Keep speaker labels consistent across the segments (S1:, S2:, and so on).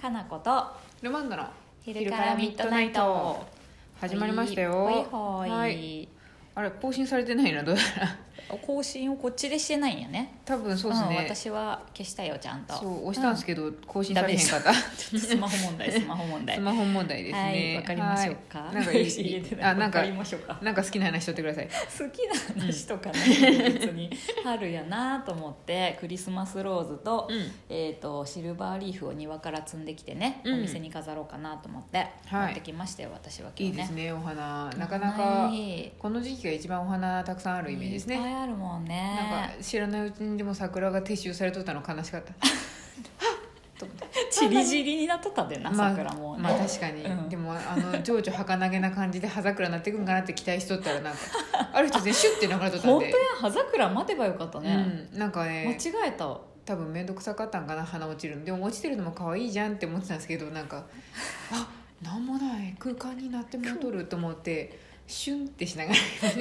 S1: かなこと
S2: ルマンドの
S1: 昼からミッドナイト
S2: 始まりましたよ
S1: ほいほい
S2: はいあれ更新されてないなどうやら
S1: 更新をこっちでしてないんやね
S2: 多分そうです
S1: ん、
S2: ね、
S1: 私は消したよちゃんと
S2: そう押したんですけど、更新
S1: ダ
S2: さ
S1: メ
S2: れ
S1: で
S2: へん
S1: し
S2: か
S1: た
S2: った
S1: ちょっとスマホ問題スマホ問題
S2: スマホ問題ですね
S1: はいわかりましょうか、
S2: はいなんかい
S1: 入れ て
S2: い
S1: ない
S2: あなんか
S1: わかりましょう か
S2: なんか好きな話しとってください
S1: 好きな話とかね、別に春やなと思ってクリスマスローズと,、
S2: うん
S1: えー、とシルバーリーフを庭から摘んできてね、
S2: うん
S1: お店に飾ろうかなと思って
S2: はい
S1: 持ってきましたよ、私は今
S2: い
S1: 日
S2: い
S1: ね
S2: ですねお花なかなか
S1: はい
S2: この時期が一番お花たくさんあるイメージです
S1: いっぱ
S2: ね
S1: いあるもん
S2: なん
S1: ね
S2: か知らないうちにでも桜が撤収されとったの悲しかった
S1: ちりじりになっとったでな、
S2: まあ
S1: 桜もね、
S2: まあ確かに、
S1: うん
S2: でもあの情緒儚げな感じで葉桜なってくんかなって期待しとったらなんかある人全然シュッて流れとったん
S1: 本当
S2: で
S1: や葉桜待てばよかったね、
S2: うん、なんか
S1: 間
S2: ね
S1: 違えたわ
S2: 多分面倒くさかったんかな花落ちるのでも落ちてるのも可愛いじゃんって思ってたんですけどなんかあなんもない空間になってもうとると思ってシュンってしなが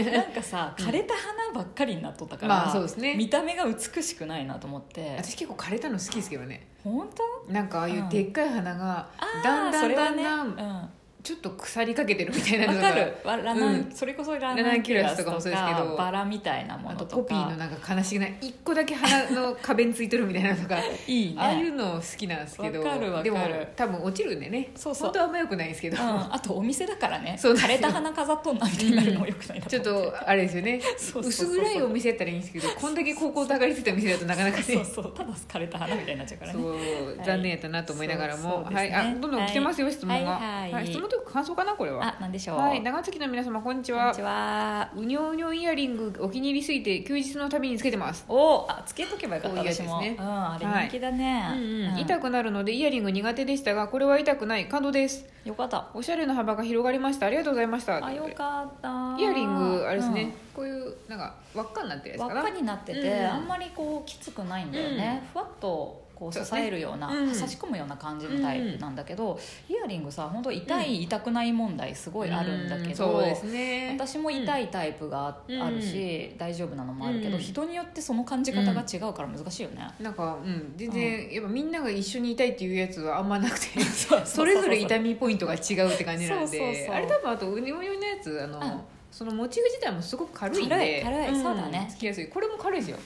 S2: ら
S1: なんかさ枯れた花ばっかりになっとったから、
S2: まあそうですね
S1: 見た目が美しくないなと思って
S2: 私結構枯れたの好きですけどね
S1: 本当
S2: なんかああいうでっかい花が
S1: あー
S2: だんだ
S1: そ
S2: ん
S1: れ
S2: だ
S1: は
S2: ん
S1: ね
S2: だんちょっと腐りかけてるみたいな
S1: うん、
S2: の
S1: わ
S2: が
S1: かるわラナン、
S2: うん
S1: それこそラ
S2: ラ
S1: ナ
S2: ナ
S1: ン
S2: ン
S1: キ
S2: キ
S1: ュ
S2: ュ
S1: ラ
S2: ラ
S1: スと
S2: スと
S1: か
S2: かもそうですけど
S1: バラみたいなも
S2: あ
S1: の
S2: と
S1: とか
S2: ポピーのなんか悲しげな一個だけ花の花弁ついてるみたいなのとか
S1: いいね
S2: ああいうの好きなんですけど
S1: わかるわかる
S2: でも多分落ちるんでね
S1: そうそう
S2: 本当はあんまよくないんですけど、
S1: うん、あとお店だからね
S2: そうなん
S1: 枯
S2: です
S1: れ
S2: よ
S1: た花飾っとんなみたいになるのもよくないな
S2: ちょっ
S1: 思て
S2: とあれですよね
S1: そうそうそうそう
S2: 薄暗いお店やったらいいんですけどこんだけ高校と上がりついた店だとなかなかね
S1: そうそうただ枯れた花みたいになっちゃうから
S2: そ
S1: ね
S2: う
S1: はい
S2: 残念やったなと思いながら
S1: そう
S2: も、
S1: そう
S2: は
S1: です
S2: い
S1: ね
S2: あどんどん来てますよ、質問が、
S1: はいはいはい
S2: 質問というか感想かなこれは
S1: あなんでしょう、
S2: はい長崎の皆様こんにち
S1: こん
S2: は
S1: にちは
S2: うにょうにょイヤリングお気に入りすぎて休日のたびにつけてます、
S1: おーあつけとけばよかった
S2: こういうやつ
S1: 私
S2: です
S1: も、
S2: ね
S1: うん、あれ人気だね、うん
S2: 痛くなるのでイヤリング苦手でしたがこれは痛くない感動です
S1: よかった
S2: おしゃれの幅が広がりましたありがとうございました
S1: あよかった
S2: イヤリングあれですね、
S1: うん
S2: こういうなんか輪っかになってるや
S1: 輪
S2: つかな
S1: っかになってて、
S2: うん
S1: あんまりこうきつくないんだよね、ふわっとこう支
S2: そうですね
S1: えるような
S2: うん
S1: 差し込むような感じのタイプなんだけど、イヤリングさ本当痛い、痛くない問題すごいあるんだけど、
S2: そうですね
S1: 私も痛いタイプがあ
S2: うん
S1: あるし、大丈夫なのもあるけど、
S2: うん
S1: 人によってその感じ方が違うから難しいよね、
S2: なんか、うん、全然、やっぱみんなが一緒にいたいっていうやつはあんまなくてそ
S1: そ
S2: れぞれ痛
S1: み
S2: みポイントが違うって感じなん
S1: そ
S2: で
S1: うそうそう
S2: あれ多分あとうにょうにょのやつあの、
S1: うん
S2: そのモチーフ自体もすごく軽いんで
S1: 軽い軽い
S2: ん
S1: そうだね
S2: つきやすいこれも軽いですよ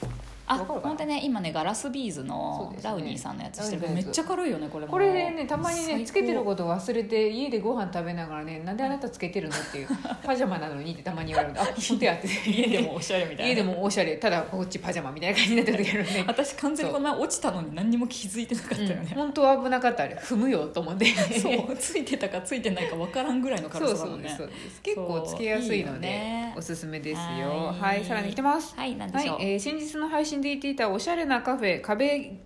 S1: あ
S2: わかるかな
S1: 本当ね今ねガラスビーズ
S2: そう
S1: の
S2: ですね
S1: ダウニーさんのやつしてるけど
S2: ダウ
S1: め
S2: ニ
S1: っ
S2: ーさんのやつ
S1: ちゃ軽いよねこれも
S2: これでねたまに
S1: 最
S2: ね
S1: 高
S2: つけてることを忘れて家でご飯食べながらねなんであなたつけてるの っていうパジャマなのにってたまに言われるんであ本当やって
S1: 家でもおしゃれ みたいな
S2: 家でもおしゃれただこっちパジャマみたいな感じになってる時あるんで
S1: 私完全にこんな落ちたのに何にも気づいてなかったよ
S2: うん
S1: ね、
S2: 本当は危なかったあれ踏むよと思って
S1: そうついてたかついてないか分からんぐらいの軽
S2: そう
S1: さだ
S2: そ
S1: も
S2: うんです
S1: ね
S2: そうです結構つけや
S1: そ
S2: すいので
S1: ういいよね
S2: おすすめですよ
S1: は
S2: はいい、さらに来てます
S1: はいなんで
S2: はい
S1: しょう、、
S2: えー先日の配信で言っていたおしゃれなカフェ壁ん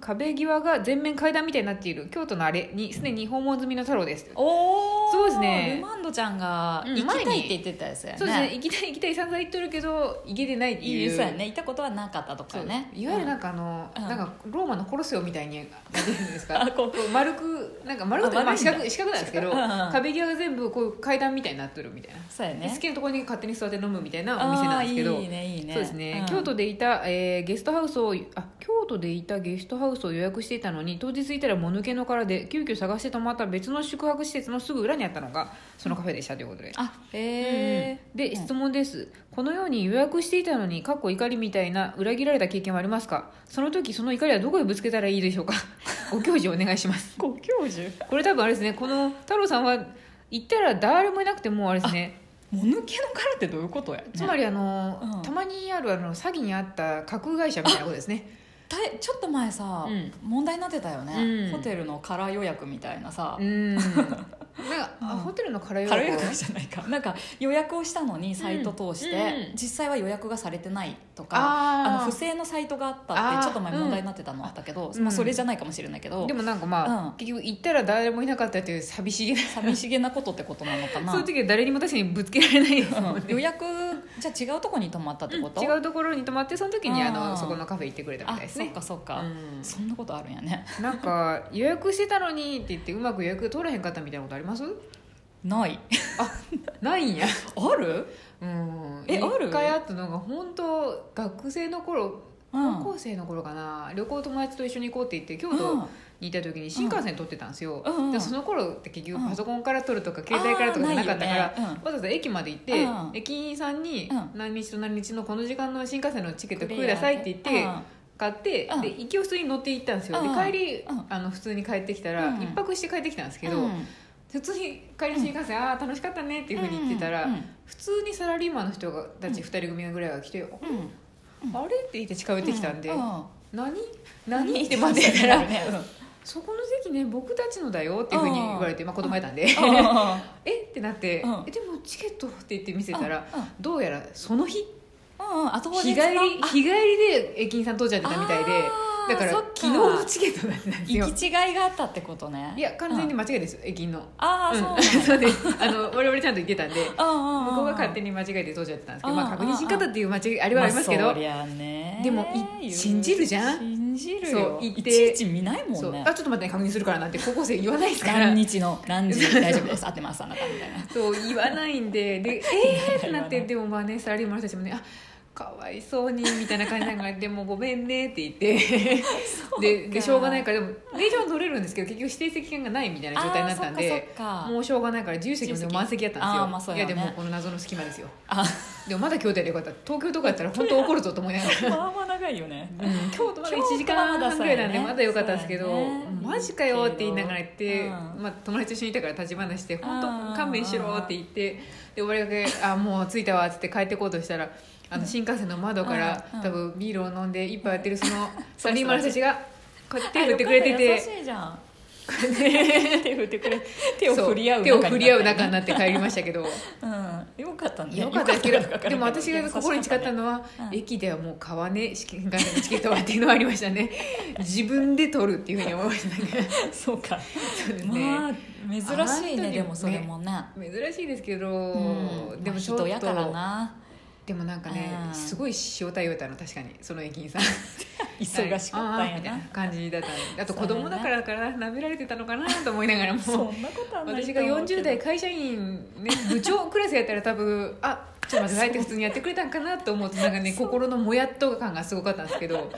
S2: 壁際が全面階段みたいになっている京都のあれにすでに訪問済みの太郎です、
S1: おお
S2: そうですね
S1: ルマンドちゃんが
S2: うん
S1: 行きたいっ
S2: 前に
S1: て言ってたやつだよね
S2: そうですね行きたい行きたい散々言っとるけど行けてないって
S1: いい
S2: いう
S1: ですよね行ったことはなかったと
S2: そ
S1: か
S2: う
S1: ね
S2: いわゆるな
S1: うん
S2: んかあの、
S1: うん
S2: なんかローマのコロッセオみたいになんていうんです か
S1: あこう
S2: こう丸くなんか丸くという
S1: あ
S2: かま
S1: 丸い
S2: あ
S1: んだ
S2: 四角四角なんですけど
S1: うんうん
S2: 壁際が全部こう階段みたいになってるみたいな
S1: そうや
S2: で
S1: ね
S2: 好きなところに勝手に座って飲むみたいなお店なんですけ
S1: あ
S2: ど
S1: ーいいねいいね
S2: そうですね、
S1: うん
S2: 京都でいた、えーゲストハウスをあ京都でいたゲストハウスを予約していたのに当日行ったらもぬけの殻で急遽探して泊まった別の宿泊施設のすぐ裏にあったのがそのカフェでしたということで、
S1: あへえ
S2: うんで質問です、このように予約していたのにかっこ怒りみたいな裏切られた経験はありますかその時その怒りはどこへぶつけたらいいでしょうかご教示お願いします
S1: ご教授
S2: これ多分あれですねこの太郎さんは行ったら誰もいなくてもうあれですね
S1: もぬけの殻ってどういうことや、ね、
S2: つまりあの、
S1: うん
S2: たまにあるあの詐欺にあった架空会社みたいなことですね
S1: たちょっと前さ、
S2: うん
S1: 問題になってたよね、
S2: うん
S1: ホテルの空予約みたいなさ、
S2: うんなんか、あ
S1: うん
S2: ホテルの
S1: 軽い
S2: 空予
S1: 予
S2: 約
S1: 約じゃない かなんか予約をしたのにサイト通して、
S2: うんうん
S1: 実際は予約がされてないとかあ
S2: あ
S1: の
S2: あ
S1: 不正のサイトがあったっ
S2: あー
S1: てちょっと前問題になってたのあったけど、
S2: うん
S1: まあ、それじゃないかもしれないけど、
S2: でもなんかまあ、
S1: うん
S2: 結局行ったら誰もいなかったっていう寂しげな、
S1: 寂しげなことってことなのかな
S2: そういう時は誰にも確かにぶつけられないですもんね、
S1: うん予約じゃあ違うとこに泊まったってこと、
S2: 違うところに泊まってその時にあ
S1: あー
S2: のそこのカフェ行ってくれたみ
S1: あ
S2: たいです
S1: そっ
S2: ね
S1: かそっか、
S2: うん
S1: そんなことあるんやね
S2: なんか予約してたのにって言ってうまく予約取らへんかったみたいなことあります
S1: ない
S2: ない んや
S1: ある
S2: うん
S1: えある
S2: 一回あったのが本当学生の頃
S1: うん
S2: 高校生の頃かな旅行友達と一緒に行こうって言って京
S1: うん
S2: 都にいた時に新幹線撮ってたんですよ、
S1: うんうん
S2: でその頃って結局
S1: うん
S2: パソコンから撮るとか携帯からとかじゃなかったから、
S1: あーないよね
S2: わざわざ駅まで行って、
S1: うん
S2: 駅員さんに
S1: うん
S2: 何日と何日のこの時間の新幹線のチケット
S1: うん
S2: くださいって言って
S1: うん
S2: 買って、
S1: うん
S2: で行きを普通に乗って行ったんですよ、
S1: うん
S2: で帰り、
S1: うん
S2: あの普通に帰ってきたら、
S1: うん
S2: 一泊して帰ってきたんですけど、
S1: うん
S2: 普通に帰りの新幹線、ああ楽しかったねっていうふうに言ってたら、
S1: うんうん
S2: 普通にサラリーマンの人がたち
S1: うん
S2: 2人組ぐらいが来て「
S1: うん
S2: あれ?」って言って近寄ってきたんで「
S1: う
S2: 何何?」って待ってたら
S1: ねうん
S2: 「そこの席ね僕たちのだよ」っていうふうに言われて、まあ、子供やったんで「えっ?」てなって
S1: うん
S2: え「でもチケット」って言って見せたら
S1: うんうん
S2: どうやらその日
S1: うんうんあと
S2: 日帰り日帰りで駅員さん通っちゃってたみたいで
S1: あー
S2: だから
S1: そっか
S2: 昨日のチケットだったんですよ
S1: 行き違いがあったってことね
S2: いや完全に間違いです駅員の。
S1: ああそうなん
S2: ん、
S1: だ
S2: そうですあの我々ちゃんと行ってたんで向
S1: 向
S2: こうが勝手
S1: に
S2: に間違えて通っちゃってたんですけ
S1: う
S2: ど、
S1: ん
S2: まあ、確認し方っていう間違いあ
S1: あ
S2: れはありますけど、
S1: そりゃね
S2: でもい信じるじゃん
S1: 信じるよ
S2: そう行っ
S1: い
S2: て
S1: ちいち見ないも
S2: そ
S1: ん
S2: う
S1: ね
S2: あちょっと待ってね確認するからなって高校生言わないですから
S1: 何日の何時大丈夫です合ってますあなたみたいな
S2: そう言わないん ででえーってなってでもまあねサラリーマンの人たちもねあかわいそうにみたいな感 じながらでもごめんねって言ってででしょうがないからでも電車は乗れるんですけど結局指定席券がないみたいな状態になったん
S1: あ
S2: で
S1: ーそっかそっか
S2: もうしょうがないから自由席もでも満席やったんですよ
S1: あーまあそう
S2: い
S1: や
S2: や
S1: ね
S2: でもこの謎の隙間ですよ
S1: あ
S2: でもまだ京都やでよかった東京とかやったら本当怒るぞと思いながら
S1: まあまあ長いよね
S2: うん京都まだ1時間半ぐらいなんでまだ良かったんですけど、
S1: そうやね
S2: マジかよって言いながら言って、
S1: うん
S2: まあ、友達と一緒にいたから立ち話して「本
S1: うん
S2: 当勘弁しろ」って言ってで俺がけ「あもう着いたわ」っつって帰ってこうとしたらあの新幹線の窓から、
S1: うん
S2: 多分ビールを飲んで一杯やってるそのサラリーマンの人たちがこうやって手振ってくれて
S1: あよかった
S2: て。
S1: 優しいじゃん 手振ってくれ手を振り合う
S2: そう手を振り合う
S1: 中
S2: 仲
S1: に
S2: に
S1: なっ
S2: なって帰りました けど
S1: たねうんよかったね
S2: よかったですけど
S1: よかった
S2: でも私が心に誓った
S1: 優しか
S2: のは、
S1: うん
S2: 駅ではもう買わねえ試験会社のチケットはっていうのはありましたね自分で取るっていうふうに思いましたね
S1: たねそうか
S2: そうですね、
S1: まあ珍しい
S2: あ
S1: ね
S2: ー
S1: でもそれもね
S2: 珍しいですけど、
S1: うん
S2: で
S1: で
S2: も
S1: も
S2: ちょっと
S1: 人やからな
S2: でもなんかね
S1: うん
S2: すごい塩対応だったの確かにその駅員さん
S1: 忙しかった
S2: はいあー
S1: ん
S2: みた
S1: や
S2: いな
S1: な
S2: 感じだったんであと
S1: そうだ
S2: 子
S1: ね
S2: 供だからからなめられてたのかなと思いながらも
S1: そんなことはない
S2: 私が40代会社員、ね、部長クラスやったら多分あちょっと待って帰って普通にやってくれたんかなと思ってなんかね
S1: そう
S2: 心のもやっと感がすごかったんですけど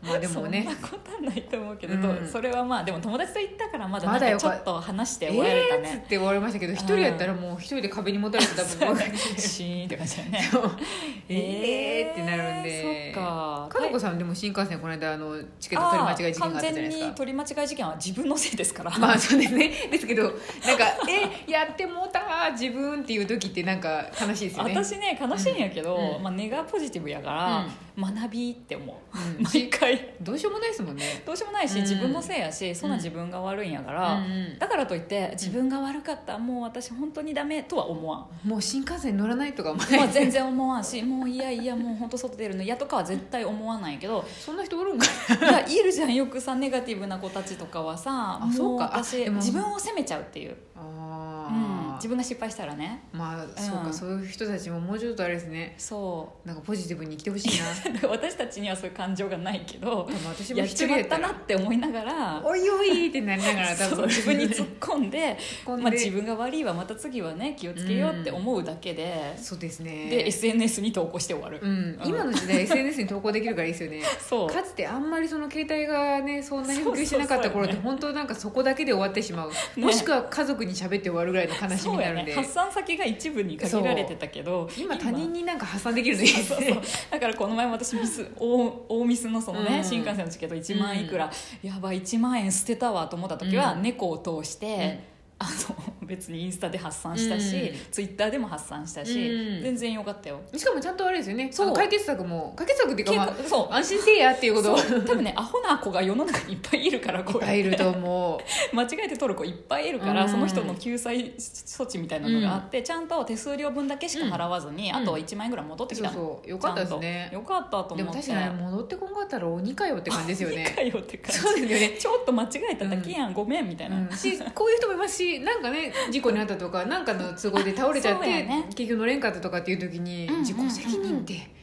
S2: まあ
S1: で
S2: でも
S1: も
S2: ね
S1: ねそんなことはないと思うけど、
S2: うん
S1: それはまあでも友達と行ったからまだ
S2: ま
S1: なん
S2: だ
S1: か
S2: よ
S1: ち
S2: か
S1: ょっと話して
S2: え
S1: 終われた
S2: ーっつっ
S1: ね、
S2: て終わりましたけど一人やったらもう一人で壁にもたれて多分僕
S1: シーンって感じだよね
S2: えーってなるんで
S1: そっか
S2: かのこさんでも新幹線この間あのチケット取り間違い事件があったじゃな
S1: あー
S2: いです
S1: 完全に
S2: か
S1: 取り間違い事件は自分のせいですから、
S2: まあそうですねですけどなんか「えやってもうたー自分」っていう時ってなんか悲しいですよね
S1: 私ね悲しいんやけど、
S2: うんうん
S1: まあ、根がポジティブやから、学びって思う、
S2: うん
S1: 毎回
S2: どうしようもないですもんね
S1: どうしようもないし、
S2: うん
S1: 自分のせいやしそんな自分が悪いんやから、
S2: うんうん
S1: だからといって自分が悪かった、もう私本当にダメとは思わん
S2: もう新幹線乗らないとか思わ
S1: ま
S2: な
S1: あ、
S2: い
S1: 全然思わんしもういやいやもう本当外出るの嫌とかは絶対思わないけ ど
S2: そんな人おるんか
S1: いやいるじゃんよくさネガティブな子たちとかはさ
S2: あ
S1: も
S2: そうかあ
S1: 私
S2: でも
S1: 自分を責めちゃうっていう、
S2: あ
S1: うん、
S2: あ
S1: 自分が失敗したらね
S2: まあそう
S1: う
S2: か
S1: ん
S2: そういう人たちももうちょっとあれですね
S1: そ
S2: なんかポジティブに生きてほしいな
S1: うだから私たちにはそういう感情がないけど
S2: でも私も
S1: やっ
S2: 一
S1: ち
S2: 人
S1: ま
S2: や
S1: っ
S2: った
S1: た
S2: ら
S1: なって思いながら
S2: おいおいってなりながら多
S1: そう
S2: 分
S1: 自分に突っ込ん で
S2: 込んで
S1: まあ、自分が悪いわまた次はね気をつけようって思うだけで、
S2: そうですね
S1: で SNS に投稿して終わる、
S2: うん、今の 時代 SNS に投稿できるからいいですよね
S1: そう
S2: かつてあんまりその携帯がねそんなに普及してなかった頃って
S1: そうそうそう
S2: 本当なんかそこだけで終わってしまう、
S1: ね
S2: もしくは家族に喋って終わるぐらいの悲しみ
S1: そ
S2: に
S1: う
S2: な
S1: や
S2: るんで、
S1: ね発散先が一部に限られてたけど
S2: 今他人になんか発散できるのいいです
S1: そう
S2: ね
S1: そうだからこの前も私ミス大大ミスのそのね、
S2: うん
S1: 新幹線のチケット1万いくら、やばい1万円捨てたわと思った時は、
S2: うん
S1: 猫を通して、あの別にインスタで発散したし、
S2: うん
S1: ツイッターでも発散したし、
S2: うん
S1: 全然よかったよ。
S2: しかもちゃんとあれですよね
S1: そう
S2: あの解決策も解決策っていうか、ま
S1: 結構そう
S2: あ、安心せいやっていうことをい
S1: そう多分ねアホな子が世の中にいっぱいいるからこ
S2: っ
S1: うやっ
S2: ぱ
S1: て
S2: いいると思う
S1: 間違えて取る子いっぱいいるから、
S2: うん
S1: その人の救済措置みたいなのがあって、ちゃんと手数料分だけしか払わずに、
S2: うん
S1: あと1万円ぐらい戻ってき
S2: そ
S1: た
S2: う
S1: の
S2: そうよかったです
S1: ちゃ
S2: ね
S1: んとよかったと思って
S2: でも確かに戻ってこんかったら鬼かよって感じですよ
S1: いい
S2: ね
S1: かよって感じ
S2: そうですよね
S1: ちょっと間違えただけやん、ごめんみたいな、
S2: うん、しこういう人もいますしなんかね事故に遭ったとかなんかの都合で倒れちゃっ
S1: そうや
S2: て、
S1: ね
S2: 結局乗れんかったとかっていう時に、
S1: うんうんうんうん
S2: 自己責任って、
S1: ね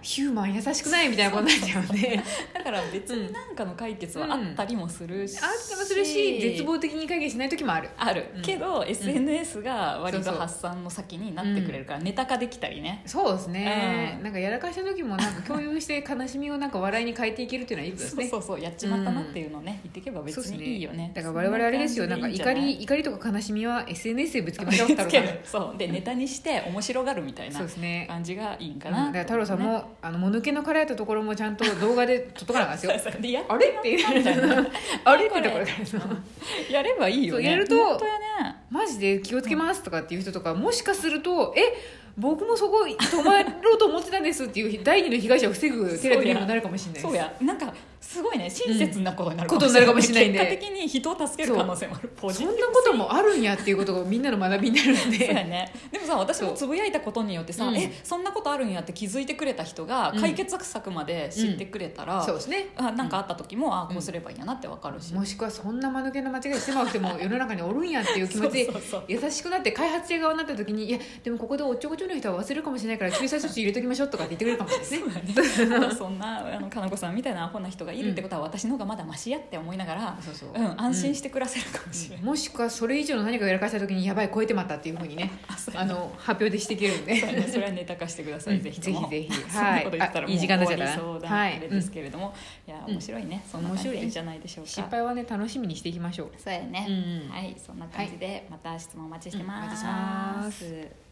S2: ヒューマン優しくないみたいなことになっちゃうね
S1: えだから別に何かの解決はあったりもするし、
S2: あったもするし絶望的に解決しない時もある
S1: ある、
S2: うん
S1: けど SNS が割と
S2: そうそう
S1: 発散の先になってくれるから、ネタ化できたりね
S2: そうですね、
S1: うん
S2: なんかやらかした時もなんか共有して悲しみをなんか笑いに変えていけるっていうのはいいことです
S1: そう
S2: ね
S1: そうそうやっちまったなっていうのをね、言っていけば別
S2: そうですね
S1: にいいよね
S2: だから我々あれですよなんか
S1: そ
S2: 怒
S1: んな感じでいいんじゃない
S2: り怒りとか悲しみは SNS でぶつけましょう太
S1: つ
S2: 郎
S1: け
S2: さん
S1: る そうでネタにして面白がるみたい
S2: そう
S1: な
S2: ですね
S1: 感じがいいん
S2: う
S1: か
S2: ん
S1: な、
S2: だから太郎さんも、
S1: ね
S2: あのもぬけの殻やったところもちゃんと動画で撮っとかなあかんですよ
S1: そうそうでや
S2: あれっていう
S1: みたいな
S2: あれって
S1: こ
S2: と
S1: れ
S2: ころからそう
S1: やればいいよ
S2: そう
S1: ね
S2: やると
S1: 本当やね
S2: マジで気をつけますとかっていう人とかもしかするとえ僕もそこ泊まろうと思ってたんですっていう第二の被害者を防ぐテレビにもなるかもしれないです
S1: そうやなんかすごいね親切なことになる
S2: うんことになるかもしれないんで
S1: 結果的に人を助ける可能性もあるポジ
S2: そ
S1: ティ
S2: ん
S1: ブ
S2: なこともあるんやっていうことがみんなの学びになるん
S1: そうや
S2: で
S1: ね、でもさ私もつぶやいたことによってさ、
S2: うん
S1: えそんなことあるんやって気づいてくれた人が
S2: うん
S1: 解決策まで知ってくれたら、
S2: そうですね
S1: あなんかあった時も、あこうすればいいんやなってわかるし、
S2: もしくはそんな間抜けな間違いしてまう人も世の中におるんやっていう気持ちで
S1: そうそうそう
S2: 優しくなって開発者側になった時にいやでもここでおっちょこちょいの人は忘れるかもしれないから救済措置入れときましょうとかって言ってくれるかもしれないです
S1: そ
S2: ね
S1: うだね そんなあのかなこさんみたいなアホな人がいるってことは、私の方がまだマシやって思いながら、
S2: そうそう
S1: うん、安心して暮らせるかもしれない、
S2: もしくはそれ以上の何かをやらかした時にやばい超えてまったっていうふうにね
S1: あそう
S2: あの発表でしていけるんで
S1: そうやねそれはネタ化してください、
S2: うん
S1: ぜひと
S2: ぜ
S1: も
S2: ひぜひ
S1: そんなこと言ったらも
S2: はいういい時間になっち
S1: 終わ
S2: ゃった
S1: り
S2: な
S1: そうだ
S2: はい
S1: あれですけれども、いや面白いね、そんな感じ
S2: 面
S1: で
S2: 白い
S1: いいんじゃないでしょう
S2: 失
S1: か
S2: 敗はね楽しみにしていきましょう
S1: そうやね、
S2: うんうん
S1: はいそんな感じで、また質問お待ちしてます,、
S2: うんお待ちしてます